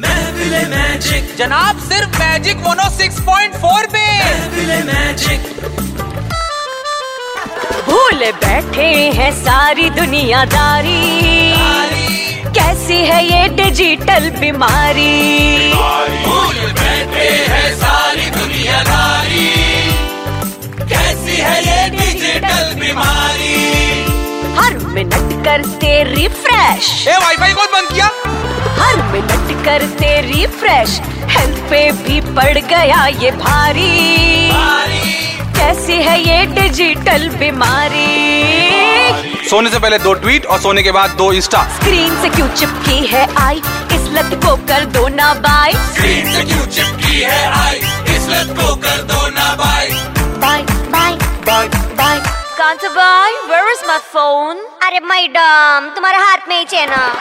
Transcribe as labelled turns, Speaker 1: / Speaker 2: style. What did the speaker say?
Speaker 1: महफिले magic
Speaker 2: जनाब सिर्फ magic mono 6.4 पे
Speaker 1: महफिले मैजिक
Speaker 3: भूल बैठे हैं सारी दुनियादारी कैसी है ये डिजिटल बीमारी
Speaker 1: भूल बैठे है सारी दुनियादारी कैसी है ये डिजिटल बीमारी
Speaker 3: हर मिनट करते रिफ्रेश
Speaker 2: ए वाईफाई कौन बंद किया
Speaker 3: हर मिनट करते रिफ्रेश हेल्थ पे भी पड़ गया ये भारी कैसी है ये डिजिटल बीमारी
Speaker 2: सोने से पहले दो ट्वीट और सोने के बाद दो इंस्टा
Speaker 3: स्क्रीन से क्यों चिपकी है आई इस लत को कर दो ना बाय
Speaker 1: स्क्रीन से क्यों चिपकी है आई इस लत को कर दो ना bye
Speaker 3: bye bye
Speaker 2: bye
Speaker 3: bye Kanta bye where is my phone
Speaker 4: अरे मैडम तुम्हारे हाथ में ही चेना